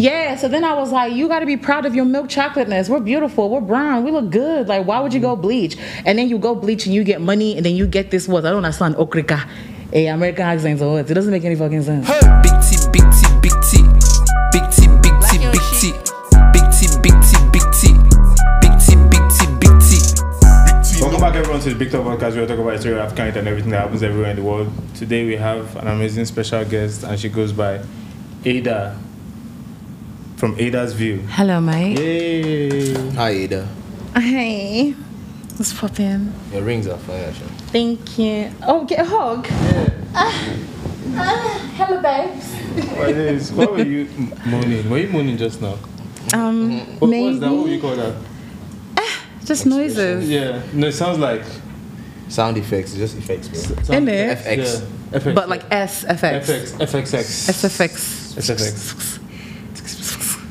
Yeah, so then I was like, you gotta be proud of your milk chocolateness. We're beautiful, we're brown, we look good. Like, why would you Mm-hmm. go bleach? And then you go bleach and you get money, and then you get this was I don't understand okrika. Hey, American accents or what? It doesn't make any fucking sense. Hey. Big T, big T, big T, big T, big T, big T, big T, big T, big T, big T, big T, big T, big T. Welcome back everyone to the Big Talk Podcast. We're talking about history of Africa and everything that happens everywhere in the world. Today we have an amazing special guest and she goes by Ada from Ada's View. Hello, mate. Yay! Hi, Ada. Hey. What's poppin'? Your rings are fire, actually. Thank you. Oh, get a hug. Mm-hmm. Uh, hello, babes. What is? What were you moaning? Were you moaning just now? Um, What maybe was that? What would you call that? just noises. Yeah. No, it sounds like. Sound effects, just effects, bro. sound- Innit? FX. Yeah. FX. But like S FX. FX. FXX. SFX. SFX.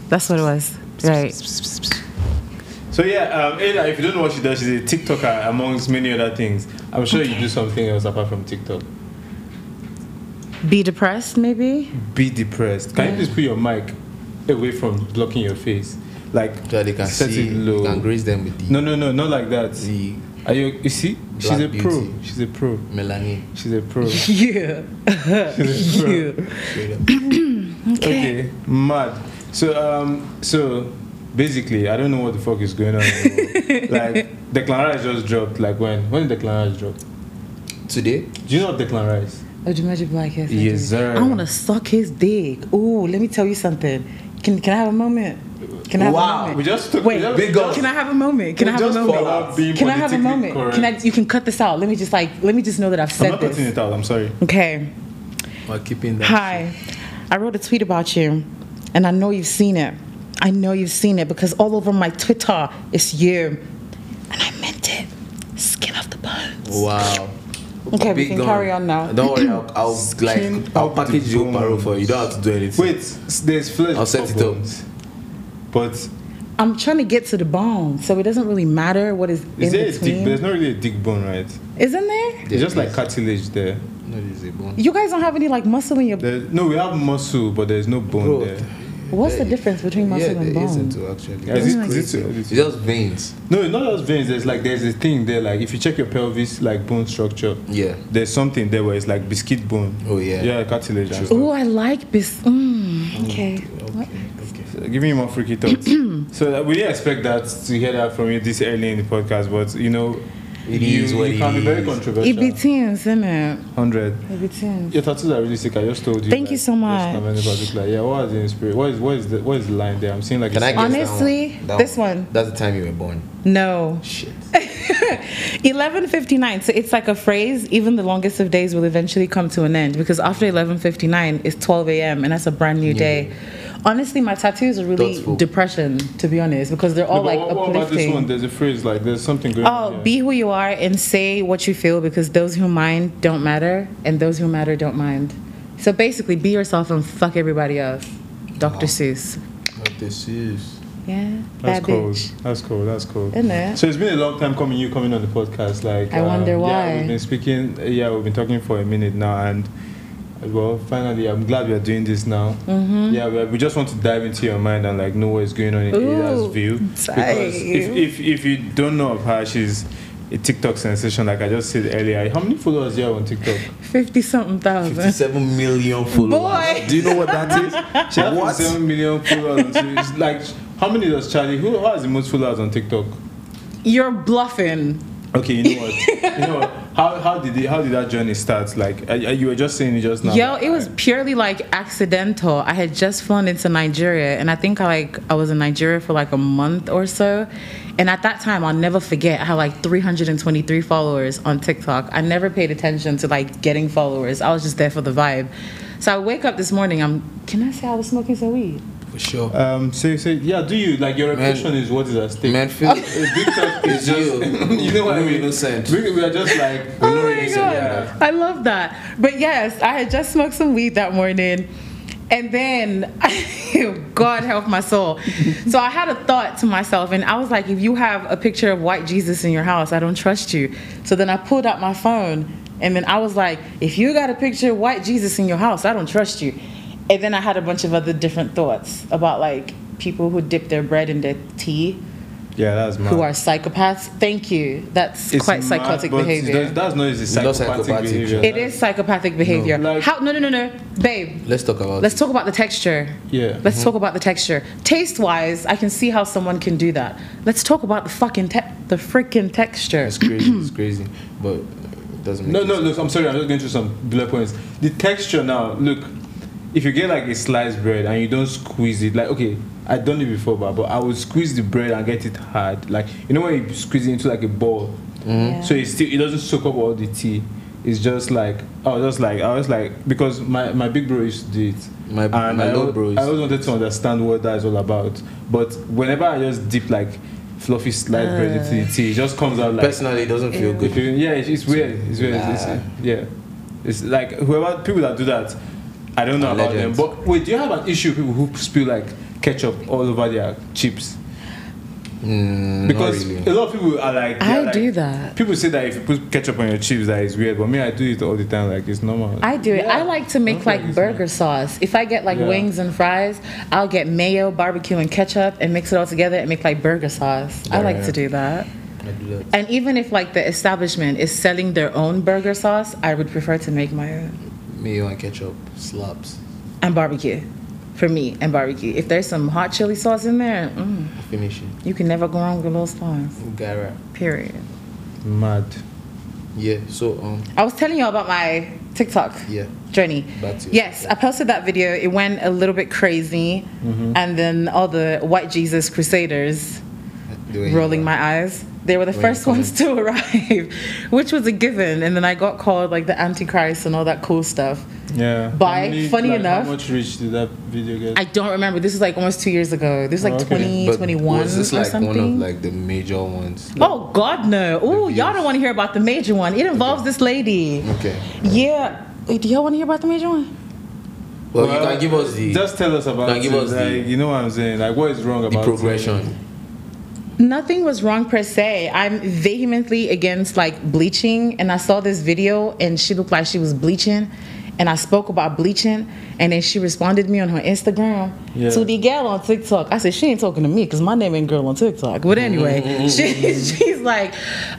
That's what it was. Right. So yeah, um, Ada, if you don't know what she does, she's a TikToker amongst many other things. I'm sure you do something else apart from TikTok. Be depressed, maybe? Be depressed. Can you please put your mic away from blocking your face? Like So they can set see, it low. you can graze them with the, No, no, no, not like that. the Are you? You see, she's Black a pro. beauty. She's a pro. melanin. She's a pro. Yeah. She's a pro. yeah. Straight up. Okay. mad. So um, so basically, I don't know what the fuck is going on. anymore. like Declan Rice just dropped. Like when? When did Declan Rice drop? Today, Do you know Declan Rice? Oh, do you imagine black hair? Yes, sir. I want to suck his dick. Ooh, let me tell you something. Can can I have a moment? Can I have Wow, a moment? we just took- Wait, we just- Big up. Can I have a moment? Can I We have a just moment? found out being Can I have a politically moment? correct. Can I? You can cut this out. Let me just like let me just know that I've I'm said not cutting this. it out. I'm sorry. Okay. we're keeping that. Hi. I wrote a tweet about you, and I know you've seen it. I know you've seen it because all over my Twitter it's you, and I meant it. Skin off the bones. Wow. Okay, we Big can gun. carry on now. Don't worry, I'll, I'll Skin like I'll up the package you bone. paro for you. You don't have to do anything. Wait, s- there's flesh. I'll set it up. problems. But I'm trying to get to the bone, so it doesn't really matter what is, in is there a dick? between. There's not really a dick bone, right? Isn't there? It's just like cartilage there. No, this is a bone. You guys don't have any like muscle in your. There- no, we have muscle, but there's no bone Bro, there. What's the there- difference between muscle yeah, and there bone? isn't too, actually. Yeah, is it- That's is crazy. it- is It's it- just veins. No, it's not just veins. There's like there's a thing there. Like if you check your pelvis, like bone structure, Yeah. there's something there where it's like biscuit bone. Oh, yeah. Yeah, cartilage. And Oh, stuff. I like bis. Mm, okay. What? So, give me more freaky thoughts. so that we didn't expect that to hear that from you this early in the podcast, but you know, It you, is what you it can be very It is. be controversial. teens, isn't it? Hundred. It be teens. Your tattoos are really sick. I just told you. Thank you so just much. comment about it, like, yeah, what is the inspiration? What is what is the what is the line there? I'm seeing like. Can I it's- guess Honestly, that one? That this one. That's the time you were born. No. Shit. 11:59. So it's like a phrase. Even the longest of days will eventually come to an end because after 11:59 it's 12 a.m. and that's a brand new day. Honestly, my tattoos are really Thoughtful. depression, to be honest, because they're all No, but like what, what about this uplifting. one? There's a phrase like there's something going. Oh, on here. be who you are and say what you feel because those who mind don't matter and those who matter don't mind. So basically, be yourself and fuck everybody else. Dr. Seuss. What this is. Yeah, That's bad cool. bitch. That's cool. That's cool. Isn't it? So it's been a long time coming. You coming on the podcast, like um, I wonder Yeah, why. we've been speaking. Yeah, we've been talking for a minute now, and well, finally, I'm glad we are doing this now. Mm-hmm. Yeah, we, we just want to dive into your mind and like know what is going on in Ooh, Ada's view. Because if, dive. if if you don't know of her, she's a TikTok sensation. Like I just said earlier, how many followers do you have on TikTok? 50 something thousand. 57 million followers. Boy. Do you know what that is? She has What? seven million followers. on Tik- it's like how many does Charlie? Who, who has the most followers on TikTok? You're bluffing. Okay, you know what? you know what? How, how did it, how did that journey start? Like uh, you were just saying it just now. Yo, it was purely like accidental. I had just flown into Nigeria, and I think I like I was in Nigeria for like a month or so. And at that time, I'll never forget. I had like 323 followers on TikTok. I never paid attention to like getting followers. I was just there for the vibe. So I wake up this morning. I'm. Can I say I was smoking some weed? For sure. Um, say say yeah. Do you like your Man. reputation is what is at stake? Man, feel Uh, TikTok is It's just you. you know what I No mean. innocent. We, we are just like We're not oh my really God. saying that. I love that. But yes, I had just smoked some weed that morning. And then, God help my soul. So I had a thought to myself, and I was like, if you have a picture of white Jesus in your house, I don't trust you. So then I pulled out my phone, and then I was like, if you got a picture of white Jesus in your house, I don't trust you. And then I had a bunch of other different thoughts about like people who dip their bread in their tea Yeah, that's mad. who are psychopaths. Tink you. That's It's quite mad, psychotic but it's- behavior. That's, that's not it's not psychopathic, psychopathic. behavior. it is psychopathic behavior. No. Like- How? No, no, no, no, babe. Let's talk about Let's talk about the texture. Yeah. Mm-hmm. Let's talk about the texture. Taste wise, I can see how someone can do that. Let's talk about the fucking te- the freaking texture. It's crazy. It's crazy. But it doesn't make No, no, sense. look, I'm sorry, I'm just going through some bullet points. The texture now, look, if you get like a sliced bread and you don't squeeze it, like, okay, I've done it before, but, but I would squeeze the bread and get it hard. Like, you know when you squeeze it into like a ball? Mm-hmm. Yeah. So it still it doesn't soak up all the tea. It's just like I was just like I was like because my, my big bro used to do it. My- my I, little al- bro used I always wanted to understand what that is all about. But whenever I just dip like fluffy sliced bread into Ah. the tea, it just comes out like Personally, it doesn't feel if good. you, yeah, it's, it's weird. It's weird. It's, Nah. it's, yeah, it's like whoever people that do that, I don't know about Legends. them. But wait, do you have an issue with people who spill like ketchup all over their chips? Mm, Because not a really. lot of people are like, they I are like- do that. People say that if you put ketchup on your chips, that is weird. But me, I do it all the time. Like it's normal. I do it. I Yeah. like to make Okay, like it's burger sauce. If I get like Yeah. wings and fries, I'll get mayo, barbecue, and ketchup and mix it all together and make like burger sauce. I like Yeah. to do that. I do that. And even if like the establishment is selling their own burger sauce, I would prefer to make my own Mayo and ketchup slaps. and barbecue. For me and barbecue. If there's some hot chili sauce in there, mm, Finish it. you can never go wrong with those sauce. Ugara. Period. Mad. Yeah. So um. I was telling you about my TikTok Yeah. journey. Back to your Yes, I TikTok. posted that video. It went a little bit crazy, Mm-hmm. and then all the white Jesus crusaders the way you rolling are. my eyes. They were the Where you first ones to arrive, which was a given. And then I got called like the Antichrist and all that cool stuff. Yeah. By- How funny like, enough- How much reach did that video get? I don't remember. This was like almost two years ago. This was like Oh, okay. But 2021 was this or like something. one of like the major ones? oh God, no! Ooh, y'all don't want to hear about the major one. It involves this lady. Okay. Yeah. Wait, do y'all want to hear about the major one? Well, you can give us the Just tell us about can give it. us the- like, you know what I'm saying? Like what is wrong the about it? progression. Nothing was wrong per se. I'm vehemently against like bleaching, and I saw this video, and she looked like she was bleaching, and I spoke about bleaching, and then she responded me on her Instagram Yeah. to the gal on TikTok. I said she ain't talking to me because my name ain't girl on TikTok. But anyway, Mm-hmm. she, she's like,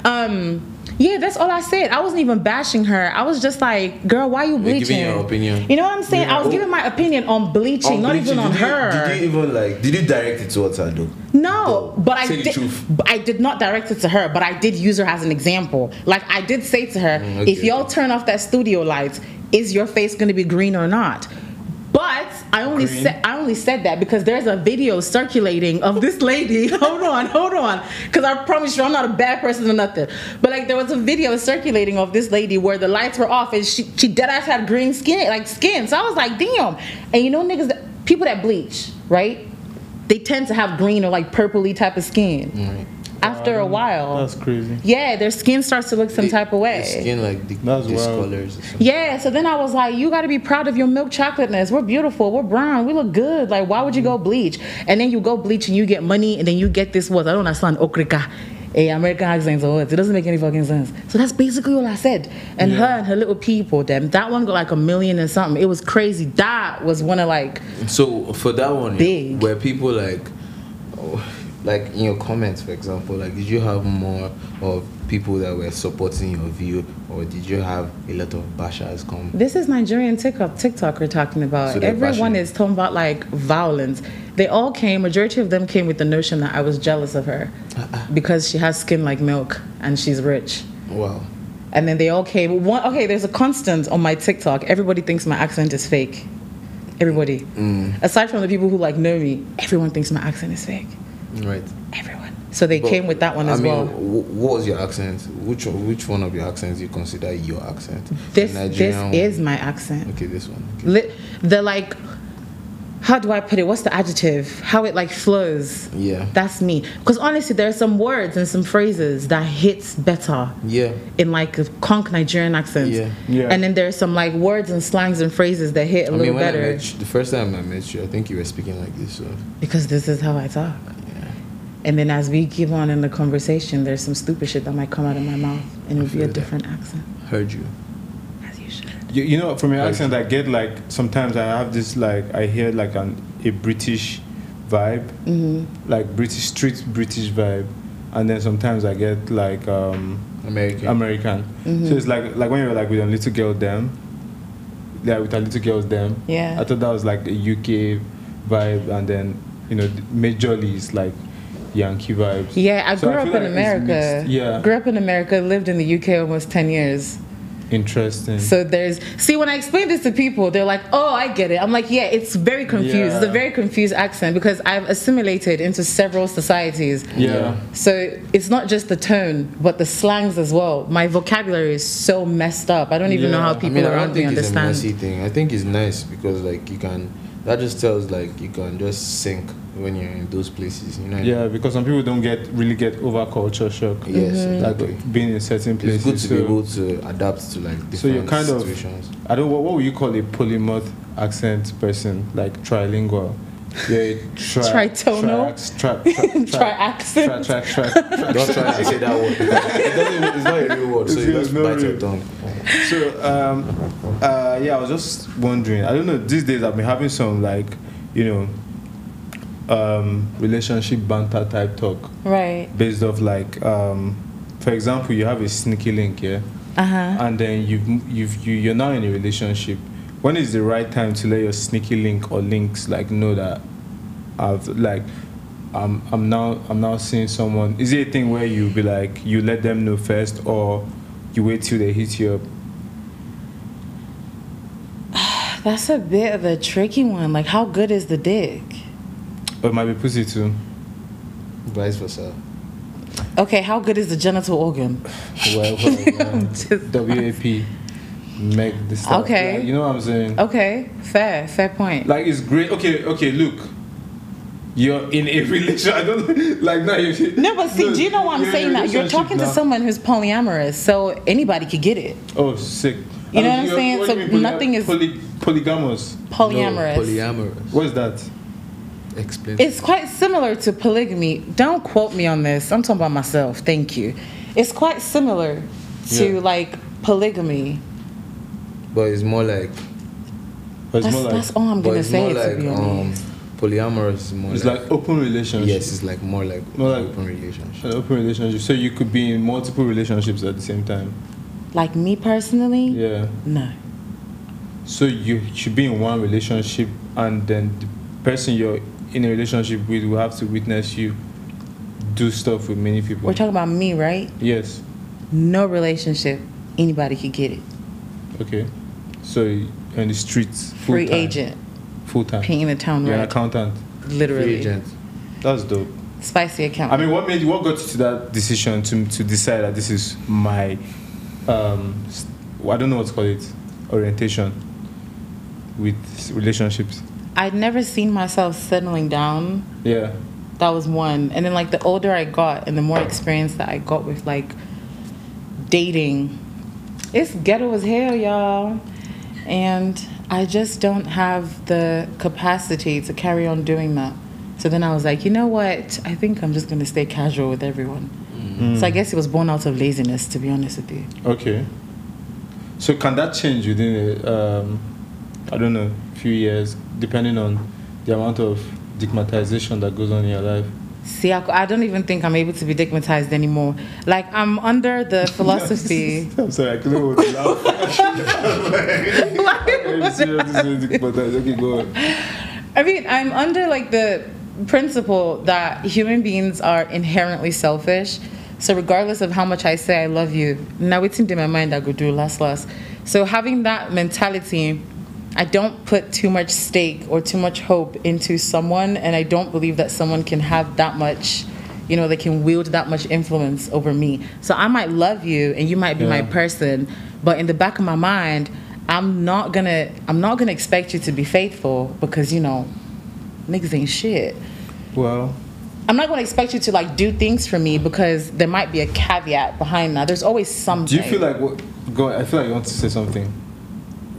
um, yeah, that's all I said. I wasn't even bashing her. I was just like, girl, why you You're bleaching? giving your opinion. You know what I'm saying? I was giving my opinion on bleaching, On not even bleaching, on Um, did you- her. Did you even like? Did you direct it towards her though? No, Though, but I say the did. truth. but I did not direct it to her, but I did use her as an example. Like I did say to her, Mm, okay, if y'all okay. turn off that studio lights, is your face going to be green or not? But I only Green. said I only said that because there's a video circulating of this lady. hold on, hold on, because I promise you I'm not a bad person or nothing. But like there was a video circulating of this lady where the lights were off and she she dead ass had green skin like skin. So I was like, damn. And you know niggas, that, people that bleach, right? they tend to have green or like purpley type of skin after a while. Um, That's crazy. Yeah, their skin starts to look some The- type of way. The skin like the, That's wild. discolors. or something. Yeah, so then I was like, you got to be proud of your milk chocolateness. We're beautiful. We're brown. We look good. Like, why would you go bleach? And then you go bleach and you get money and then you get this what? I don't understand. Okrika. A American accents or what? It doesn't make any fucking sense. So that's basically all I said. And her and her little people, them. That one got like a million and something. It was crazy. That was one of like, So for that one, Big. where people like, oh, like in your comments, for example, like did you have more of people that were supporting your view, or did you have a lot of bashers come? This is Nigerian TikTok TikTok we're talking about. So they're Everyone bashing. is talking about like violence. They all came. Majority of them came with the notion that I was jealous of her Uh-uh. because she has skin like milk and she's rich. Wow. And then they all came. One, okay, there's a constant on my TikTok. Everybody thinks my accent is fake. Everybody, Mm. aside from the people who like know me, everyone thinks my accent is fake. Right. Everyone. So they But, came with that one as I mean, well. wh- what was your accent? Which one- which one of your accents you consider your accent? This this Nigerian one? is my accent. okay. This one. Li- the like how do i put it what's the adjective how it like flows Yeah. that's me because honestly there are some words and some phrases that hits better Yeah. in like a conk nigerian accent Yeah. Yeah. and then there's some like words and slangs and phrases that hit a I little mean, when I better met you, the first time I met you, I think you were speaking like this. So. because this is how i talk and then as we keep on in the conversation there's some stupid shit that might come out of my mouth and it'll be feel a that. different accent Heard you. as you should You, you know, from your Right. accent, I get like sometimes I have this like I hear like an a British vibe, Mm-hmm. like British street British vibe, and then sometimes I get like um, American. American. Mm-hmm. So it's like like when you're like with a little girl, them, yeah, with a little girls, them. Yeah. I thought that was like a UK vibe, and then you know, majorly it's like Yankee vibes. Yeah, I So grew I up in feel like it's America. mixed. Yeah. Grew up in America, lived in the UK almost 10 years. Interesting. So there's, see, when I explain this to people, they're like, oh, I get it. I'm like, yeah, it's very confused. It's a Yeah. very confused accent because I've assimilated into several societies. yeah. So it's not just the tone, but the slangs as well. My vocabulary is so messed up. I don't even know Yeah. how I people I mean, I around don't me think it's a messy understand. thing. I think it's nice because like you can. That just tells like you can just sink when you're in those places. You know. Yeah, because some people don't get really get over culture shock. Yes. Like Exactly. being in certain It's places. good to so be able to adapt to like different So you're kind of- situations. I don't. What, what would you call a polymath accent person? Like trilingual. Yeah, tri- Tritonal? Tri, tri, tri, Tri-accent? Tri, tri, tri, tri, Don't try to say that word. It doesn't, it's not a real word, so It's you just not bite your real. tongue. So, um, uh, yeah, I was just wondering. I don't know. These days, I've been having some like, you know, um, relationship banter type talk Right. based off like, um, for example, you have a sneaky link, yeah, Uh huh. and then you've you've you, you're now in a relationship. When is the right time to let your sneaky link or links like know that I've like. I'm, I'm now I'm now seeing someone. Is it a thing where you be like you let them know first, or you wait till they hit you up? That's a bit of a tricky one. Like, how good is the dick? But Oh, it might be pussy too. Vice versa. Okay, how good is the genital organ? Well, Oh, well, well. Just- WAP, make this. stuff. Okay. Like, you know what I'm saying? Okay, fair, fair point. Like it's great. Okay, okay. Look, you're in a relationship. I don't like now. you no, but see, do you know why I'm you're in a saying that? You're relationship talking to now. someone who's polyamorous, so anybody could get it. Oh, sick. You know what I'm you're- saying? do you So mean poly- nothing is- poly- polygamous. Polyamorous. No, polyamorous. What's that? Explain. It's quite similar to polygamy. Don't quote me on this. I'm talking about myself. Thank you. It's quite similar to Yeah. like polygamy. but it's more like. But it's That's, more like that's all I'm But gonna it's more say like to be um, honest. polyamorous is more. it's like open relationship. yes, it's like more like More like- open relationship. An open relationship. So you could be in multiple relationships at the same time. like me personally, Yeah. no. So you should be in one relationship, and then the person you're in a relationship with will have to witness you do stuff with many people. We're talking about me, right? yes. No relationship. Anybody could get it. Okay. So on the streets, full Free time. agent, full time. painting the town You're an red, accountant. Free literally. agent. That's dope. Spicy account. I mean, what made you? What got you to that decision to to decide that this is my, um, s- I don't know what to call it, orientation with relationships. I'd never seen myself settling down. Yeah. That was one. And then like the older I got and the more experience that I got with like dating, it's ghetto as hell, y'all. And I just don't have the capacity to carry on doing that. So then I was like, you know what? I think I'm just gonna stay casual with everyone. So I guess it was born out of laziness, to be honest with you. Okay. So can that change within, a, um, I don't know, few years, depending on the amount of stigmatization that goes on in your life? See, I, c- I don't even think I'm able to be digmatized anymore. Like I'm under the philosophy. I'm sorry, I couldn't hold it laugh. I'm serious, this is stigmatized. Okay, go on. I mean, I'm under like the principle that human beings are inherently selfish. So regardless of how much I say I love you, now it's in my mind I go do last last. So having that mentality, I don't put too much stake or too much hope into someone, and I don't believe that someone can have that much. You know, they can wield that much influence over me. So I might love you, and you might be my Yeah. person, but in the back of my mind, I'm not gonna I'm not gonna expect you to be faithful because you know, niggas ain't shit. Well, I'm not gonna expect you to like do things for me because there might be a caveat behind that. There's always do something. you feel like what? Go. on, I feel like you want to say something.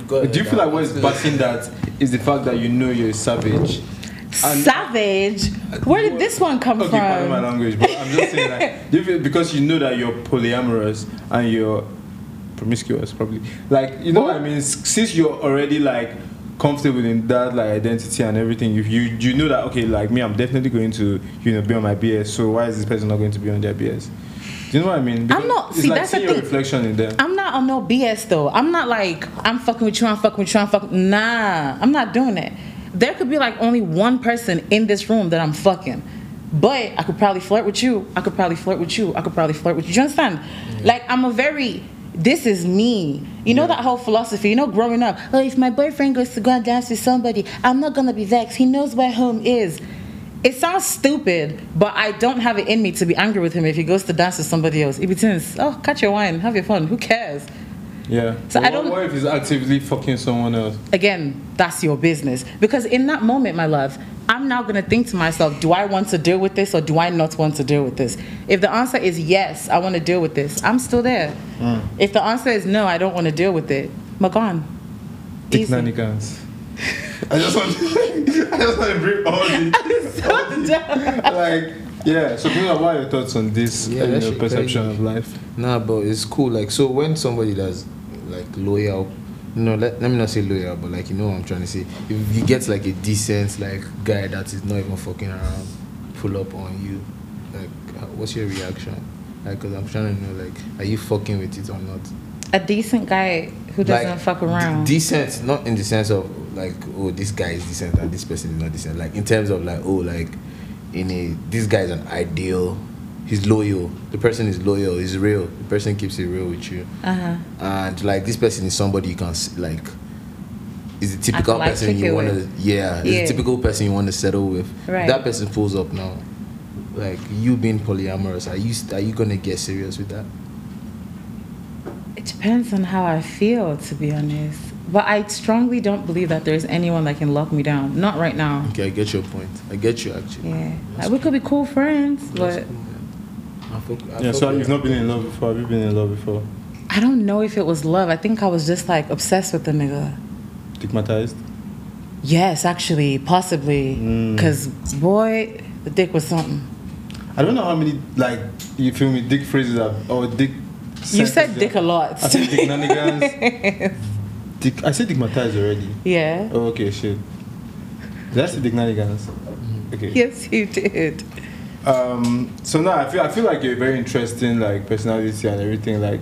Do you feel like what is backing that is the fact that you know you're a savage? and- savage? Where did this one come okay, pardon my from? language, but I'm just saying like, do you feel, because you know that you're polyamorous and you're promiscuous probably like you know what i mean S- since you're already like comfortable in that like identity and everything if you you know that okay like me i'm definitely going to you know be on my bs so why is this person not going to be on their bs do you know what i mean Because not- it's see, like that's the seeing your thing. reflection in them I'm not on no BS though. I'm not like I'm fucking with you. I'm fucking with you. I'm fucking. Nah, I'm not doing it. There could be like only one person in this room that I'm fucking, but I could probably flirt with you. I could probably flirt with you. I could probably flirt with you. Do you understand? Like I'm a very this is me. You know that whole philosophy. You know, growing up, oh, if my boyfriend goes to go and dance with somebody, I'm not gonna be vexed. He knows where home is. It sounds stupid, but I don't have it in me to be angry with him if he goes to dance with somebody else. If it's tense, oh, catch your wine, have your fun. Who cares? yeah So I But don't- what, what if he's actively fucking someone else Again, that's your business. Because in that moment, my love, I'm now gonna think to myself, do I want to deal with this or do I not want to deal with this? If the answer is yes, I want to deal with this, I'm still there. If the answer is no, I don't want to deal with it, I'm gone. Dick Easy. Nanigans. I just want I just want to bring all the like yeah. So Bruno, what are your thoughts on this Yeah, you that know, shit perception crazy. of life? Nah, but it's cool. Like, so when somebody that's like loyal, no, let, let me not say loyal, but like, you know what I'm trying to say. If you get like a decent, like, guy that is not even fucking around, pull up on you, like, uh, what's your reaction? Like, because I'm trying to know, like, are you fucking with it or not? A decent guy who doesn't like, fuck around. d- decent, not in the sense of like, oh, this guy is decent and this person is not decent. Like, in terms of like, oh, like, in a, this guy is an ideal. He's loyal. The person is loyal. He's real. The person keeps it real with you uh-huh. and like this person is somebody you can s- like is the typical like person kick it you want to with. yeah, is Yeah. the typical person you want to settle with Right. that person pulls up now like you being polyamorous are you st- are you gonna get serious with that It depends on how I feel, to be honest. But I strongly don't believe that there's anyone that can lock me down. Not right now. okay i get your point i get you actually Yeah. Like, we could be cool friends, That's but cool, man. I fuck- I Yeah. fuck So with you've you. not been in love before. Have you been in love before? I don't know if it was love. I think I was just like obsessed with the nigga. Stigmatized. Yes, actually, possibly. Mm. Because, boy, the dick was something. I don't know how many like you feel me dick phrases are, or dick. you sentences said dick are- a lot. I said dick nanigans. dick. I said stigmatized already. yeah. Oh, okay. Shit. Did I say dick nanigans? Mm-hmm. Okay. Yes, you did. Um, so now I feel I feel like you're a very interesting like personality and everything like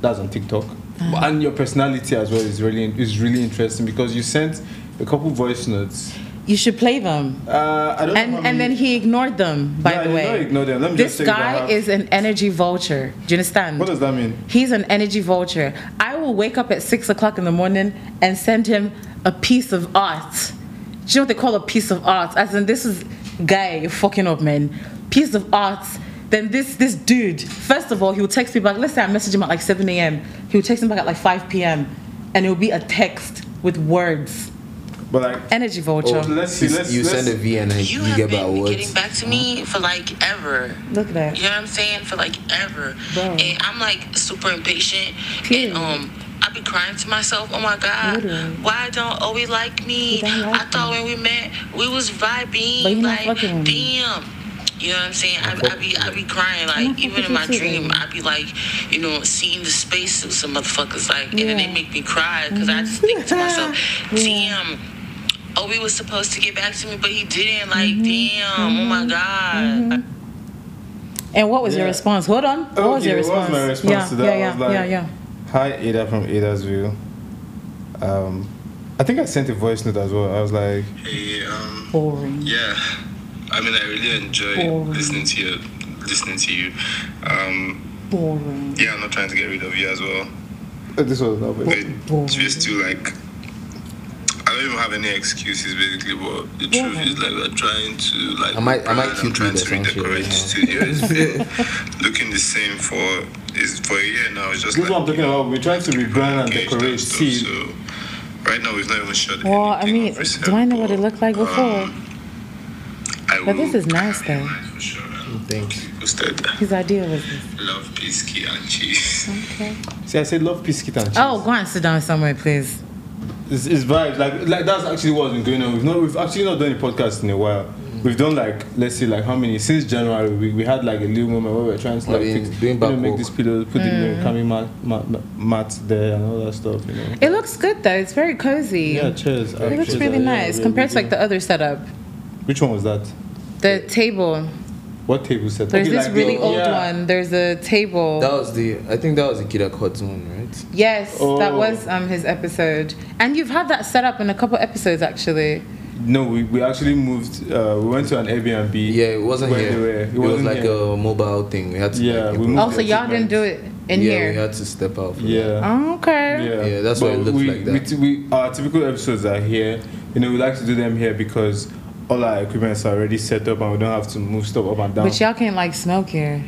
that's on TikTok, Ah. and your personality as well is really is really interesting because you sent a couple voice notes. You should play them. Uh, I don't and know how and then many- he ignored them. By No, I the did way, not ignore them. Let me this just say that I guy have- is an energy vulture. Do you understand? What does that mean? He's an energy vulture. I will wake up at six o'clock in the morning and send him a piece of art. Do you know what they call a piece of art? As in, this is guy you're fucking up, man. Piece of art. Then this this dude. First of all, he will text me back. Let's say I message him at like seven a.m. He will text me back at like five p.m. and it will be a text with words. But like Energy vulture. Oh, let's see, You- let's- you let's- send a v and then you, you, have get back been words getting back to me for like ever. Look at that. You know what I'm saying? For like ever. Bro. And I'm like super impatient. Period. And um I be crying to myself, oh my God, Literally. why don't Owe like me? He don't like I thought when we met, we was vibing. But he not like, fucking with me. damn. You know what I'm saying? I, I be I be crying like not even in fucking my with you, dream baby. I be like you know seeing the spacesuits of motherfuckers like and then Yeah. Mm-hmm. they make me cry because I just think to myself, Yeah. damn, Obi was supposed to get back to me but he didn't. Like Mm-hmm. damn, oh my god. And what was your Yeah. response? Hold on. What was Okay, your what was response? my response yeah, to that? Yeah, I yeah, was like- yeah, yeah. hi Ada from Ada's View. Um, I think I sent a voice note as well. I was like, Hey, um, Boring. yeah. I mean, I really enjoy Boring. listening to you. Listening to you. Um, Boring. yeah, I'm not trying to get rid of you as well. Oh, this was not voice. But it's just too like. I don't even have any excuses basically, but the truth is like we're trying to like. I might- I might brand, keep I'm trying you to there, redecorate the actually, studio. It's been looking the same for is for a year now. It's just This is like what I'm talking about. We're trying to rebrand and engaged and decorate. stuff, See, so right now we've not even shut. Well, I anything mean, off except, do I know what it looked like um, before? I But this will- is nice, though. For sure. Thanks. Posted. His idea was this. Love, peace, key, and cheese. Okay. see, I said love, peace, kit, and cheese. Oh, go and sit down somewhere, please. It's, it's vibes. Like like that's actually what's been going on. We've not we've actually not done a podcast in a while. Mm. we've done like let's see like how many since January we, we had like a little moment where we were trying to We've like been fix, doing you know, back make work. this pillow, put the Mm. Kami mat, mat, mat there and all that stuff. You know. It looks good though. It's very cozy. Yeah, cheers. it looks really nice compared to like the other setup. Which one was that? The table. What table set? There's Okay, this like the- really old yeah. one. There's a table. That was the I think that was the Kida Cuts one, right? Yes, that Oh. was um his episode. And you've had that set up in a couple episodes actually. No, we, we actually moved. Uh, we went to an Airbnb. Yeah, it wasn't where here. They were. It, It, was wasn't like here. a mobile thing. We had to Yeah, like, we moved Oh, so the y'all didn't equipment. do it in yeah, here. we had to step out. For that. Yeah. Oh, okay. Yeah, Yeah, that's why it looks we, like that. We, t- we, our typical episodes are here. You know, we like to do them here because all our equipments are already set up and we don't have to move stuff up and down. But y'all can't like smoke here.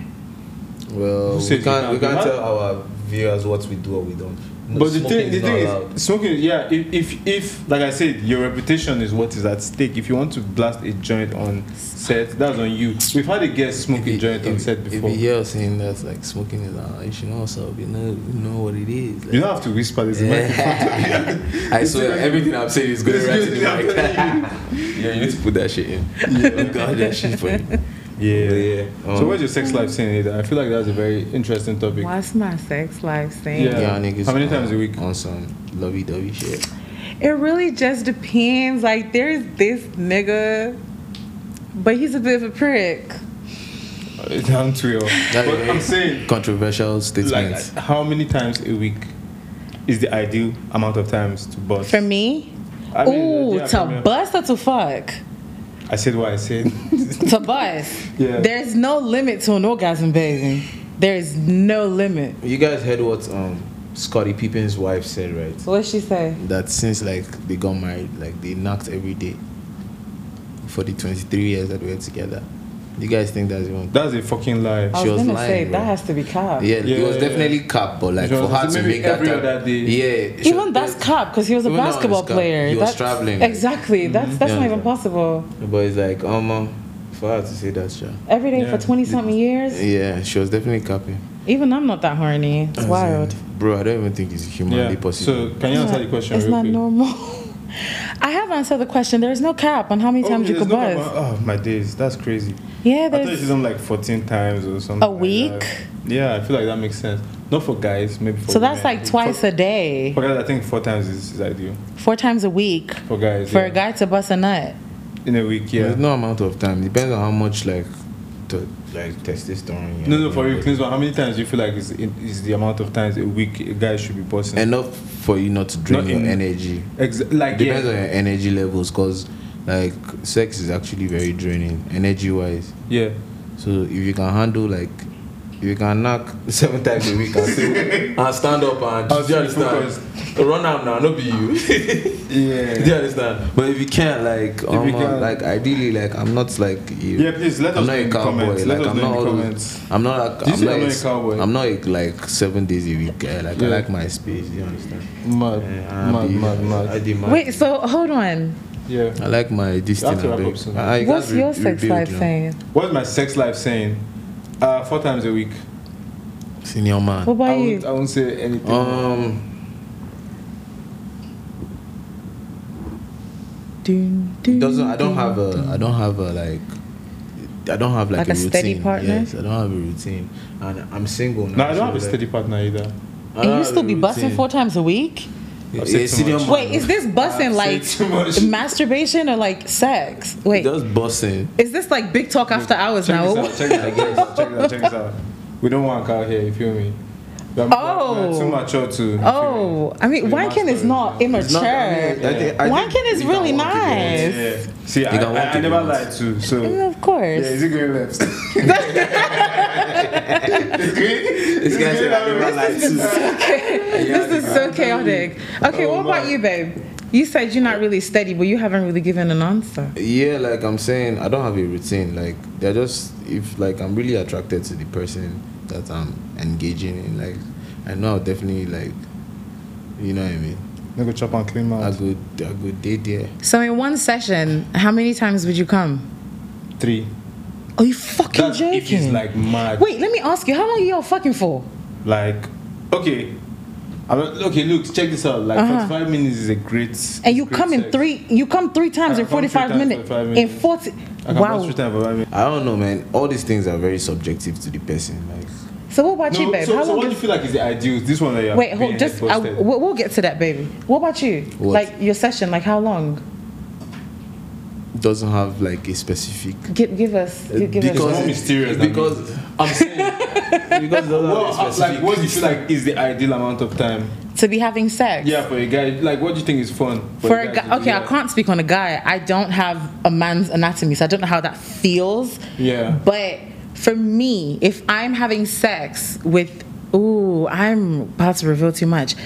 Well, Who we said can't you we can't do can't that? tell our viewers what we do or we don't. No, But the smoking thing, the not thing allowed. is, smoking. Yeah, if, if if like I said, your reputation is what is at stake. If you want to blast a joint on set, that's on you. We've had a guest If smoking you- joint on if- set before. If you hear us saying that, like smoking is allowed, you should know also you know you know what it is. Like, You don't have to whisper this. Yeah. I swear, everything I'm saying is going right to the mic. yeah, you need to put that shit in. God, that shit for you. Yeah, Yeah. so Um, what's your sex life saying? Ada? I feel like that's a very interesting topic. What's my sex life saying? Yeah. Yeah, niggas. How many on- times a week? On some lovey-dovey shit. It really just depends. Like there's this nigga, but he's a bit of a prick. It's down to your. That's But very I'm saying Controversial like statements. how many times a week is the ideal amount of times to bust? For me, I mean, ooh, yeah, for me. to bust or to fuck? I said what I said. to bust. Yeah. There's no limit to an orgasm, baby. There's no limit. you guys heard what um Scotty Pippen's wife said, right? What she say? That since like they got married, like they knocked every day for the 23 years that we were together. You guys think that's even? That's a fucking lie. I She was, was gonna lying, say bro. that has to be cop. Yeah, it was Yeah. definitely cap, but like It for was her to maybe make that every time- other day. Yeah, she- Even that's cop because he was a Even that was basketball cop. player. He was That's- traveling. Exactly. That's that's Mm-hmm. Yeah. not even possible. But it's like, um, uh, for her to say that, sure. Every day Yeah. for twenty something years. Yeah, she was definitely capping. Even I'm not that horny. It's As wild. in, Bro, I don't even think it's humanly yeah. possible. So can you answer the question It's real not quick? normal. I have answered the question. There's no cap on how many Oh, times you there's could no buzz. number. Oh my days, that's crazy. Yeah, I thought you there's said something like 14 times or something. A like week? that. Yeah, I feel like that makes sense. Not for guys, maybe for so that's women. like twice For, a day, for guys, I think four times is, is ideal. four times a week For guys, for yeah. a guy to bust a nut. in a week, yeah. There's no amount of time. Depends on how much like, to, like testosterone. No, have no, in for your you, body. Clint, how many times do you feel like is, is the amount of times a week a guy should be busting? Enough for you not to drain Not your in- energy. Ex- like, yeah. Depends on your energy levels, cause like sex is actually very draining, energy wise. yeah. So if you can handle like, if you can knock seven times a week and, still, and stand up and I'll do you still understand? Run out now, not be you. Yeah. Do you understand? But if you can't, like, you um, can- like ideally, like I'm not like you. Yeah, please let I'm us not know in a the comments. cowboy. Let Like us I'm know not. in the all- comments. I'm not like. Did you I'm say not, I'm not a ex- cowboy? I'm not a, like seven days a week. guy. Like I Yeah. like my space. You understand? Mad, Yeah, I mad, be- mad, mad. I demand. Wait, so hold on. Yeah. I like my distance. have to wrap up soon. What's your sex life saying? What's my sex life saying? Uh, four times a week. Senior What man. I uh, about won't, I you? won't say anything. Um, Dun, dun, doesn't I don't dun. have a I don't have a like. I don't have like, Like a steady routine. partner? Yes, I don't have a routine, and I'm single now. no, I don't have a so, like, steady partner either. I don't And you have still a be busting routine. four times a week? Yeah, I've said too senior much. man. Wait, is this busting like too much. masturbation or like sex? Wait, Just busting. is this like big talk after hours Check now? this out. Check this out. Check this out. Check this out. Check this out. We don't want out here. You feel me? We are- we are- we are Oh. too mature to. you feel me? Oh, I mean, We wanking is master it, not yeah. immature. It's not- I mean, I think- I think Wanking is we can really walk it in. nice. Yeah. See, I, You can I, walk I it never once. lied to. So. Mm, Of Yeah, course. is it going left? This guy said I never lied to. this is so chaotic. Okay, Oh, what about my. you, babe? You said you're not really steady, but you haven't really given an answer. Yeah, like I'm saying, I don't have a routine. Like they're just if like I'm really attracted to the person that I'm engaging in. Like I know I'll definitely like, you know what I mean. Let go chop and clean A out. good a good day there. So in one session, how many times would you come? Three. Are you fucking That's joking? if it's like mad. Wait, let me ask you, how long are y'all fucking for? Like, okay, I'm like, okay, look, check this out. Like, 45 minutes is a great. Uh-huh. And you great come in sex. three. You come three times I in come three forty-five times, minutes. 45 In minutes. forty. I can Wow. watch three times, but I mean- I don't know, man. All these things are very subjective to the person. Like, So what about you, No, babe? so, How so long? what do you is- feel like is the ideal? This one that you're Wait, hold. Just uh, I, I, we'll, we'll get to that, baby. What about you? What? Like your session? Like how long? doesn't have like a specific. Give give us. Uh, Give, give It's us. more mysterious than Because I'm saying because it doesn't well, have a uh, specific. like, what do you feel like is the ideal amount of time? To be having sex. Yeah, for a guy. Like, what do you think is fun For a guy to guy, do okay, I that? can't speak on a guy. I don't have a man's anatomy, so I don't know how that feels. Yeah. But for me, if I'm having sex with, ooh, I'm about to reveal too much.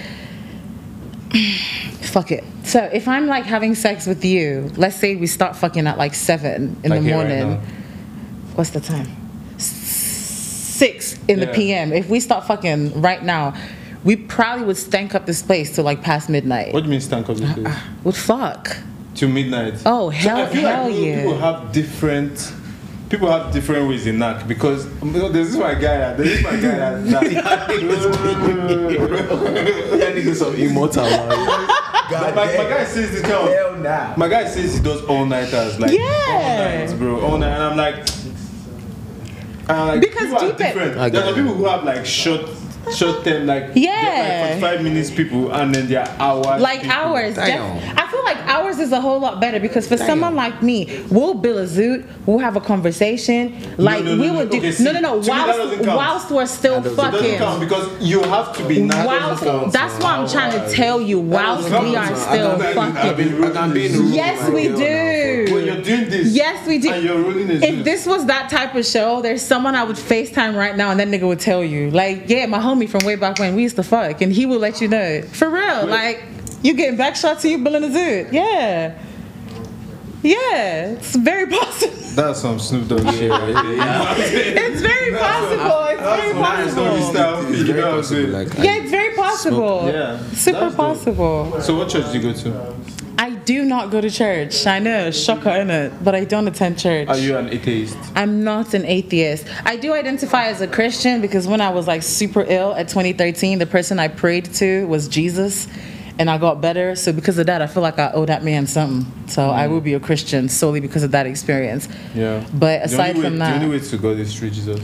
Fuck it. So if I'm like having sex with you, let's say we start fucking at like seven in Like the here right morning. now. What's the time? six in the Yeah. PM. If we start fucking right now, we probably would stank up this place till like past midnight. What do you mean stank up Uh, the place? Would fuck. Till midnight. Oh, hell- hell people, yeah. people have different. People have different ways in knack because um, you know, there's this my guy that there's this my guy that, that immortal. my, my guy says this job. My guy says he does all nighters, like Yeah. all nights, bro, all night. And I'm like, and I'm like, Because people are deep in- different. I There get are it. people who have like short, short term, like Yeah. five minutes people, and then there are hours, like people. ours. Damn. def- I feel like ours is a whole lot better because for someone like me, we'll build a zoot, we'll have a conversation, like no, no, we no. will do. Okay, see, no, no, no. to me that Whilst, doesn't count. whilst we're still So it doesn't fucking. count because you have to be nice. Whilst, that's what I'm trying to tell you. Whilst doesn't we count. are I still don't think- I fucking. I mean- can be in the room Yes, with my we girl now When do. you're doing this, Yes, we do. And you're rolling a If zoot. this was that type of show, there's someone I would FaceTime right now and that nigga would tell you. Like, yeah, my homie from way back when we used to fuck, and he will let you know. For real. Like, you getting back shots and you billing the dude. Yeah. Yeah. It's very possible. that's some Snoop Dogg shit. right there. It's very possible. It's very That's some Snoopy possible. style. for. It's You very know what I'm possible. saying? Like, I- Yeah, it's very possible. Yeah. Super That's dope. possible. So what church do you go to? I do not go to church. I know, shocker in it, but I don't attend church. Are you an atheist? I'm not an atheist. I do identify as a Christian because when I was like super ill at 2013, the person I prayed to was Jesus and I got better. So because of that, I feel like I owe that man something. So I will be a Christian solely because of that experience. Mm. Yeah. But aside the only from way, that- the only way to God is through Jesus.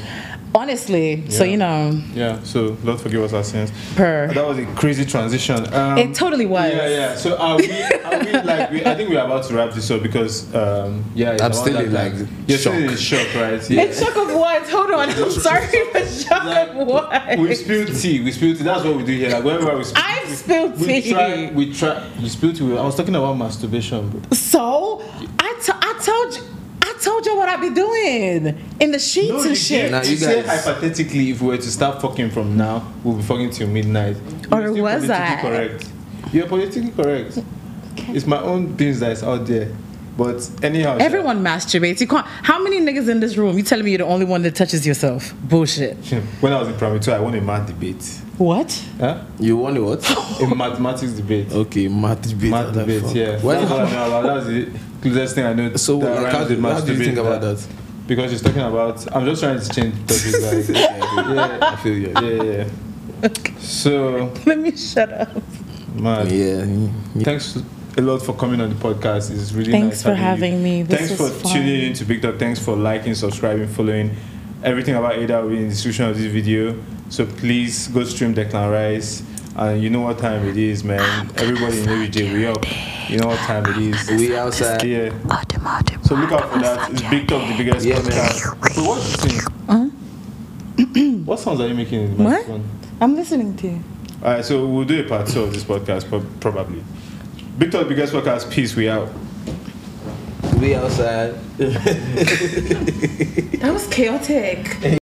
Honestly, so Yeah. you know, Yeah. So Lord forgive us our sins. Per. That was a crazy transition. Um, It totally was. Yeah, yeah. So are we? Are we like? We, I think we're about to wrap this up because um, yeah, it's I'm around still that in, time. like, you're still in shock. shock, right? Yeah. it's shock of what? Hold on, I'm sorry for shock of what? we spill tea. We spill tea. That's what we do here. Like whenever we spill, I've spilled we tea. try. We try. You spill tea. I was talking about masturbation, bro. So I, t- I told you. I told you what I be doing in the sheets No, you and shit. Nah, Now you you say guys- hypothetically, if we were to start fucking from now, we'll be fucking till midnight. Or You're still was politically I? Correct. You're politically correct. It's my own things that's out there, but anyhow, Everyone masturbates. You can't. How many niggas in this room? You telling me you're the only one that touches yourself? Bullshit. When I was in primary two, I won a math debate. What? Huh? You won the what? A mathematics debate. Okay, math debate. Math what the debate, fuck? yeah. Why- That's all I know about. That was the closest thing I know. So, that like, rhymes how with do- how do you masturbate think about that? Because she's talking about. I'm just trying to change topics. Like, yeah, I feel you. yeah, yeah, yeah. So, Let me shut up. man, Yeah. thanks a lot for coming on the podcast. It's really Thanks for nice. having you. me. This thanks was for fun. tuning in to Big Talk. Thanks for liking, subscribing, following. Everything about Ada will be in the description of this video. So please go stream Declan Rice. And you know what time it is, man. Ah, Everybody in ABJ, we up. You know what time it is. We outside. Yeah. So look out for that. It's Big Talk, the biggest Yeah, man. podcast. So what's the thing? what sounds are you making in the What? microphone? I'm listening to you. All right, so we'll do a part two of this podcast, prob- probably. Big Talk, biggest podcast. Peace. We out. We outside. That was chaotic.